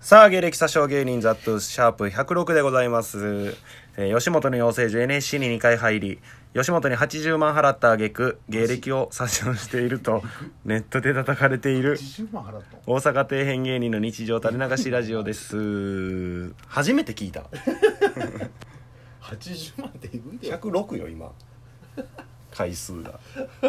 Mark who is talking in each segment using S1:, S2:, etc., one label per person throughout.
S1: さあ、芸歴詐称芸人ザットゥシャープ106でございます。えー吉本の養成所 NSC に2回入り、吉本に80万払った挙句、芸歴を詐称していると、ネットで叩かれている、
S2: 80万払ったの
S1: 大阪底辺芸人の日常垂れ流しラジオです。初めて聞いた。
S2: 80万って言うんだよ
S1: 106よ、今。 回数が。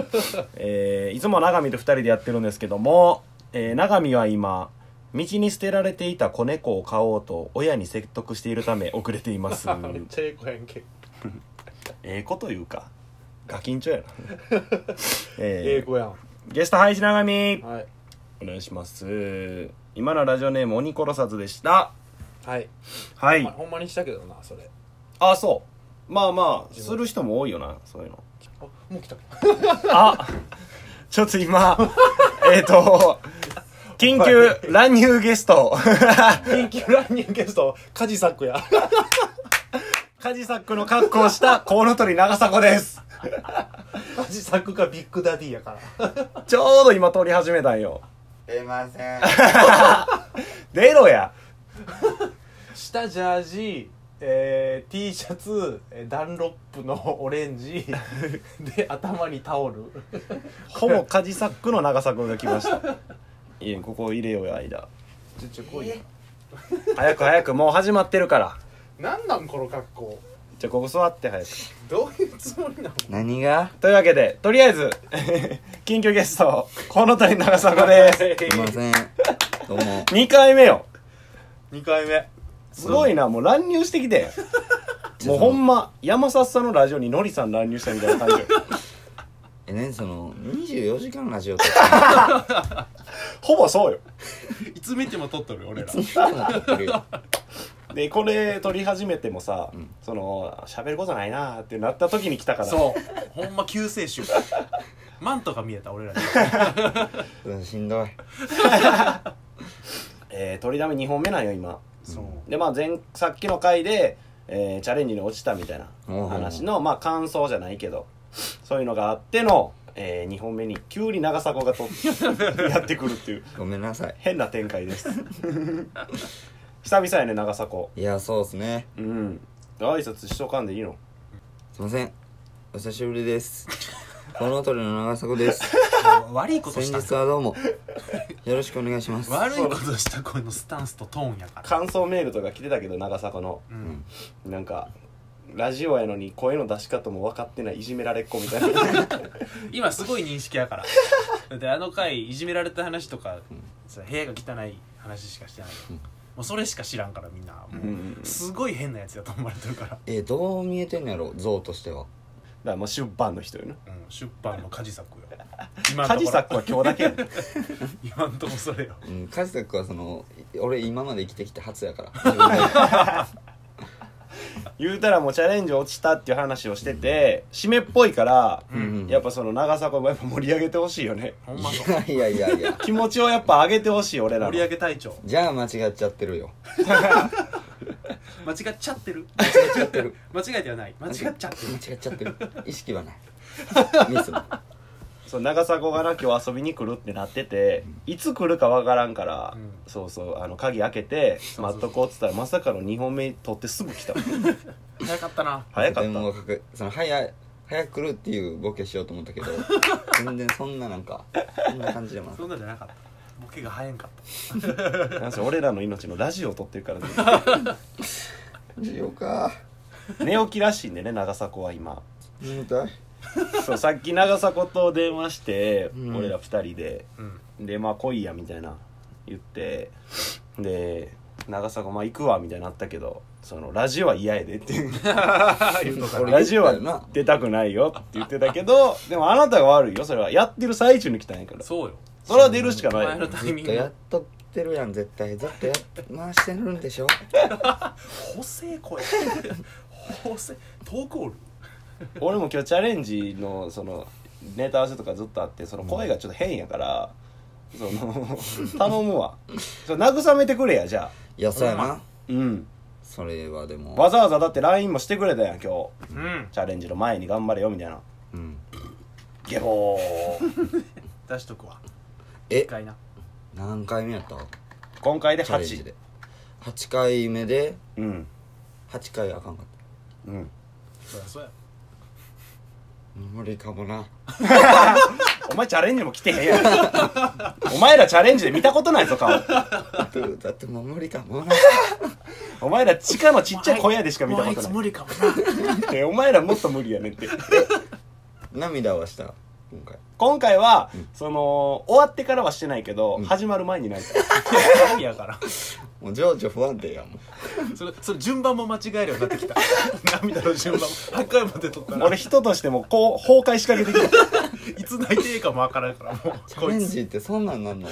S1: えーいつも永見と2人でやってるんですけども、えー永見は今道に捨てられていた子猫を飼おうと親に説得しているため遅れています
S3: めっちゃええ子やんけ
S1: ええこと言うかガキンチョやな
S3: ええ
S1: えー
S3: 子やん
S1: ゲスト配信永見
S3: はい
S1: お願いします今のラジオネーム鬼殺さずでした
S3: はい、
S1: は
S3: まあ、ほんまにしたけどなそれ
S1: あそうまあまあする人も多いよなそういうの
S3: あもう来た
S1: あちょっと 今、えっと、緊急乱入ゲス ト、
S3: 緊急乱入ゲストカジサック や
S1: カジサックの格好をしたコウノトリ長迫です。
S3: カジサックかビッグダディやから
S1: ちょうど今通り始めたんよ。
S4: 出ません
S1: 出ろや。
S3: 下ジャージえー、T シャツえーダンロップのオレンジで頭にタオル
S1: ほぼカジサックの長迫が来ま した。いえ、ここ入れようや、間。
S3: ちょちょ来いや
S1: 早く早く、もう始まってるから。
S3: なんなんこの格好
S1: じゃあ、ここ座って早く。
S3: どういうつもりなの
S4: 何が
S1: というわけで、とりあえず、 緊急ゲスト、コウノトリ長迫です。
S4: 出ませんどうも
S1: 2回目よ。
S3: 2回目
S1: すごいな、もう乱入してき て。もうほんま、山里さんのラジオにノリさん乱入したみたいな感じ。
S4: え何その24時間ラジオとか
S1: ほぼそうよ。
S3: いつ見ても撮っとる俺ら
S4: やってる よ
S1: で、これ撮り始めてもさ、その、喋ることないなーってなった時に来たから。
S3: そうほんま救世主マントが見えた俺らに
S4: うんしんどい
S1: えー、取りだめ2本目なんよ、今。
S3: そう
S1: で、まあ前、さっきの回で、えーチャレンジに落ちたみたいな
S4: おう
S1: 話の、まあ感想じゃないけど、そういうのがあっての、え2本目に急に長迫が とやってくるっていう
S4: ごめんなさい
S1: 変な展開 です久々やね長迫
S4: いやそうっすね
S1: うん挨拶しとかんでいいの
S4: すいませんお久しぶりですこの鳥の長迫です
S3: 悪いこと
S4: 先
S3: した
S4: 日はどうもよろしくお願いします
S3: 悪いことした声のスタンスとトーンやから
S1: 感想メールとか来てたけど長迫の
S3: うん
S1: なんかラジオやのに声の出し方も分かってないいじめられっ子みたいな
S5: 今すごい認識やからだってあの回いじめられた話とか、さ部屋が汚い話しかしてないよ、もうそれしか知らんからみんなもう、
S1: ん
S5: すごい変なやつだと思われてるから、
S4: えどう見えてんのやろ像としては
S1: だからもう出版の人よな
S5: うん、出版の梶作よ今
S1: 梶
S5: んとこ
S1: 作は今日だけやね
S5: 今んとこそれよ
S4: うん梶田君はその俺今まで生きてきて初 やから
S1: 言うたらもうチャレンジ落ちたっていう話をしてて締めっぽいから、
S4: ん
S1: やっぱその長迫もやっぱ盛り上げてほしいよね
S5: ほんまそう
S4: いやいやいやいや
S1: 気持ちをやっぱ上げてほしい俺ら
S5: 盛
S1: の
S5: り上げ隊長
S4: じゃあ間違っちゃってるよ
S5: 間違っちゃってる
S4: 間違っちゃってる
S5: 間違えてはない間違っちゃってる
S4: 間違っちゃっ てる意識はないミスも
S1: そう長迫がな今日遊びに来るってなってていつ来るかわからんから、
S5: うん
S1: そうそうあの鍵開けて
S5: うそう
S1: 待っとこうっつったらまさかの2本目取ってすぐ来た
S5: 早かったな
S1: 早かっ
S4: とても
S1: た
S4: かくその早い早く来るっていうボケしようと思った けど全然そんななんかそんな感じでもな
S5: そんなんじゃなかったボケが早んかった
S1: なんせ俺らの命のラジオを撮ってるから、ね、
S4: いよか
S1: 寝起きらしいんでね長迫は今
S4: 眠たい
S1: そうさっき長迫と電話して、
S4: うん
S1: 俺ら2人で
S5: うん
S1: でまあ来いやみたいな言ってで長迫まあ行くわみたいになったけどそのラジオは嫌やでっていう
S4: 俺
S1: ラジオ
S4: 言ったよ
S1: は
S4: な
S1: 出たくないよって言ってたけどでもあなたが悪いよそれはやってる最中に来たんやからそ
S5: そうよ
S1: れは出るしかない
S5: 前の
S1: よ
S5: タイ
S4: ずっ
S5: ミン
S4: と
S5: グ
S4: やっとってるやん絶対ずっとやっ回してるんでしょ
S5: 補正声補正投稿
S1: 俺も今日チャレンジのそのネタ合わせとかずっとあってその声がちょっと変やから、その 頼むわそれ慰めてくれやじゃあ
S4: いやそうや
S5: ほん
S4: な
S1: うん
S4: それはでも
S1: わざわざだって LINE もしてくれたやん今
S5: ルうん
S1: 日チャレンジの前に頑張れよみたいな
S4: うん
S1: ゲボー
S5: 出しとくわ一
S4: え
S5: 回な
S4: 何回目やった
S1: 今回で
S4: チャレンジ
S1: 8
S4: で8回目で
S1: うん
S4: 8回あかんかっ
S1: うん
S5: そりゃそうや
S4: た無理か もな
S1: お前チャレンジも来てへんや んお前らチャレンジで見たことないぞ顔
S4: だってだってもう無理かもな
S1: お前ら地下のちっちゃい小屋でしか見たこと
S5: もうあいつ
S1: な
S5: 無理かもない
S1: お前らもっと無理やねって
S4: 涙はした今回
S1: 今回は、その終わってからはしてないけど、始まる前に泣いた
S5: 無理やから
S4: もう情緒不安定やもん
S5: それそれ順番も間違えるようになってきた涙の順番も8回まで取ったら
S1: 俺人としてもこう崩壊しかけてきた
S5: いつ泣いていいかもわからんからもう
S4: チャ
S5: こ
S4: レ
S5: い
S4: ン
S5: つ
S4: ジってそんなんなんの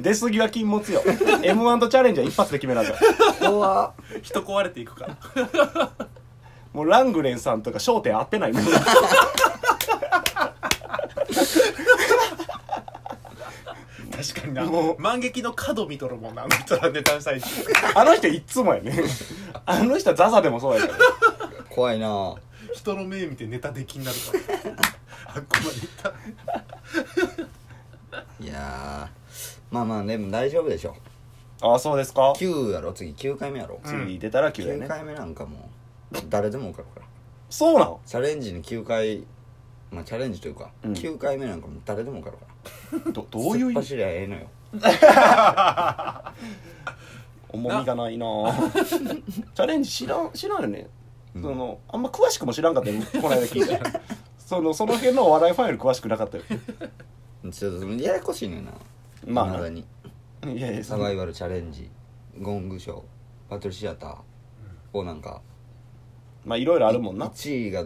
S1: 出過ぎは禁物よ m 1とチャレンジは一発で決めなさい
S4: 怖っ
S5: 人壊れていくから
S1: もうラングレンさんとか焦点合ってないもん
S5: 確かにな
S1: もう
S5: 万劇の角見とるもんなあの人らネタ最中
S1: あの人いっつもやねあの人はザザでもそうやから
S4: 怖いなぁ
S5: 人の目見てネタできになるからあっこまでいった
S4: いやーまあまあでも大丈夫でしょ
S1: ああそうですか
S4: 9やろ次9回目やろ、
S1: 次出たら9や
S4: 9
S1: ね
S4: 回目なんかもう誰でも受かるから
S1: そうなの
S4: チャレンジに9回まあチャレンジというか、
S1: うん
S4: 9回目なんかもう誰でも受かるから
S1: どどういう意
S4: 突っ
S1: 味
S4: 走りゃええのよ
S1: 重みがないなぁチャレンジ知らん知らんよね、
S4: うん
S1: そのあんま詳しくも知らんかったよこの間聞いたらそのその辺のお笑いファンより詳しくなかったよ
S4: ちょっとややこしいねんな
S1: まあ
S4: 未
S1: な
S4: だに
S1: いやいや
S4: サ
S1: そ
S4: バ
S1: の
S4: イバルチャレンジゴングショーバトルシアターをなんか
S1: まあいろいろあるもんな
S4: 1位が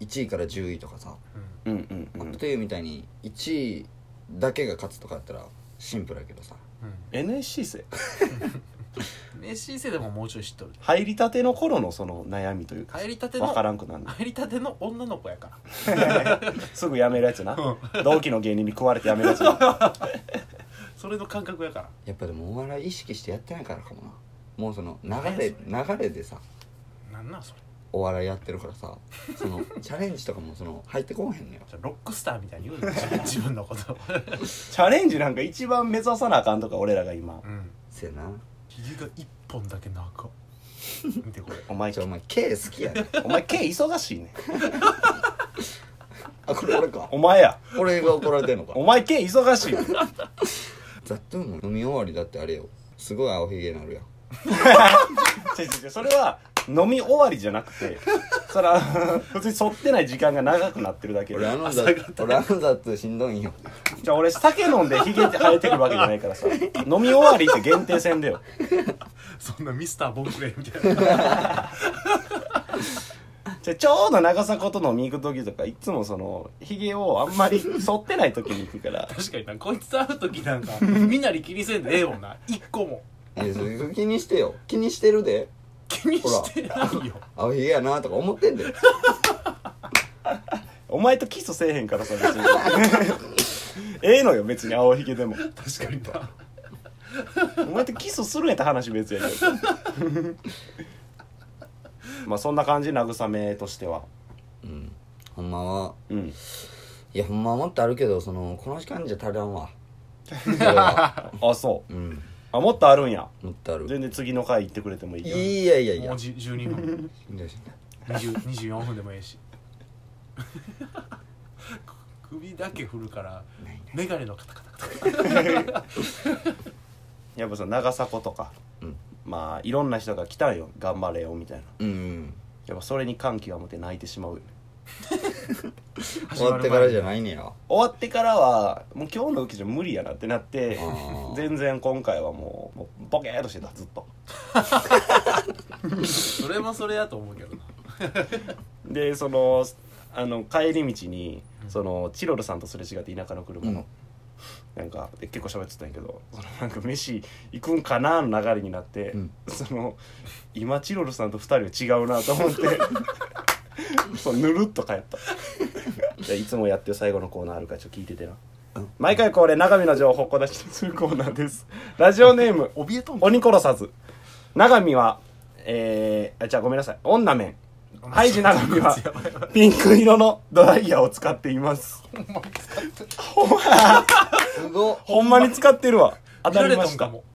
S4: 1位から10位とかさ、
S1: うんうんう
S4: アッ
S1: ん
S4: プトゥーみたいに1位だけが勝つとかやったらシンプルやけどさ
S1: NSC 生
S5: 飯生でももうちょい知っとる
S1: 入りたての頃のその悩みというか
S5: 帰りたての
S1: 分からんく なるの
S5: 帰りたての女の子やから
S1: すぐ辞めるやつな同期の芸人に食われて辞めるやつ な
S5: それの感覚やから
S4: やっぱでもお笑い意識してやってないからかもなもうその流れ流れでさ
S5: なんなんそれ
S4: お笑いやってるからさその チャレンジとかもその入ってこうへんのよ
S5: じゃあロックスターみたいに言うの自分自分のこと
S1: チャレンジなんか一番目指さなあかんとか俺らが今
S5: うん
S4: せやな
S5: ひげが一本だけ長っ見てこれ
S1: お前
S4: じゃお前 K 好き やね
S1: お前 K 忙しいね
S4: あこれ俺か
S1: お前や
S4: 俺が怒られてんのか
S1: お前 K 忙しいね
S4: ザットゥーンも飲み終わりだってあれよすごい青ひげなるやん
S1: 違う違う違うそれは飲み終わりじゃなくてそれは普通に沿ってない時間が長くなってるだけで
S4: 俺あのザ俺あのザットゥーしんどいんよ
S1: じゃあ俺酒飲んでヒゲ生えてるわけじゃないからさ飲み終わりって限定戦だよ
S5: そんなミスターボンクレーみたいな
S1: じゃあちょうど長さこと飲み行く時とかいつもそのヒゲをあんまり剃ってない時に行くから
S5: 確かになこいつと会う時なんかみなり気にせんでええもんな一個も
S4: えそれ気にしてよ気にしてるで
S5: 気にしてないよ
S4: 青ひげやなとか思ってんだよ
S1: お前とキスせえへんからさ別にええのよ別に青ひげでも
S5: 確かにな
S1: お前とキスするんやったら話別やけどまあそんな感じ慰めとしては
S4: うんほんまは
S1: うん
S4: いやほんまはもっとあるけどそのこの時間じゃ足らんわそれは
S1: あそう
S4: うん
S1: あもっとあるんや
S4: もっとある
S1: 全然次の回行ってくれてもいい
S4: い
S1: よ
S4: やいやい
S5: も
S4: や
S5: うじ12分
S4: しんどいしんどい
S5: 20 24分でもええし 首だけ振るから眼鏡のカタカタカタ
S1: やっぱさ長迫とか、
S4: うん
S1: まあいろんな人が来たんよ頑張れよみたいな
S4: うん
S1: やっぱそれに感極まって泣いてしまうよね
S4: 終わってからじゃないねや
S1: 終わってからはもう今日の受けじゃ無理やなってなって
S4: あー
S1: 全然今回はもうもうボケーっとしてたずっと
S5: それもそれやと思うけどな
S1: でそのあの帰り道にそのチロルさんとすれ違って田舎の車の、なんかで結構喋ってたんやけどそのなんか飯行くんかなの流れになって、
S4: うん
S1: その今チロルさんと2人は違うなと思って そうぬるっと帰った じゃあいつもやってる最後のコーナーあるからちょっと聞いててな、
S4: うん
S1: 毎回恒例長見の情報を小出しにするコーナーです ラジオネーム
S5: 怯えとんの
S1: 鬼殺さず長見はえー、あじゃあごめんなさい女面ハイジ長見 はピンク色のドライヤーを使っていますほんます
S4: ごっ
S1: ほんまに使ってるわ当
S5: 見ら
S1: たり
S5: れた
S1: ま
S5: ん
S1: し
S5: か
S1: た
S5: も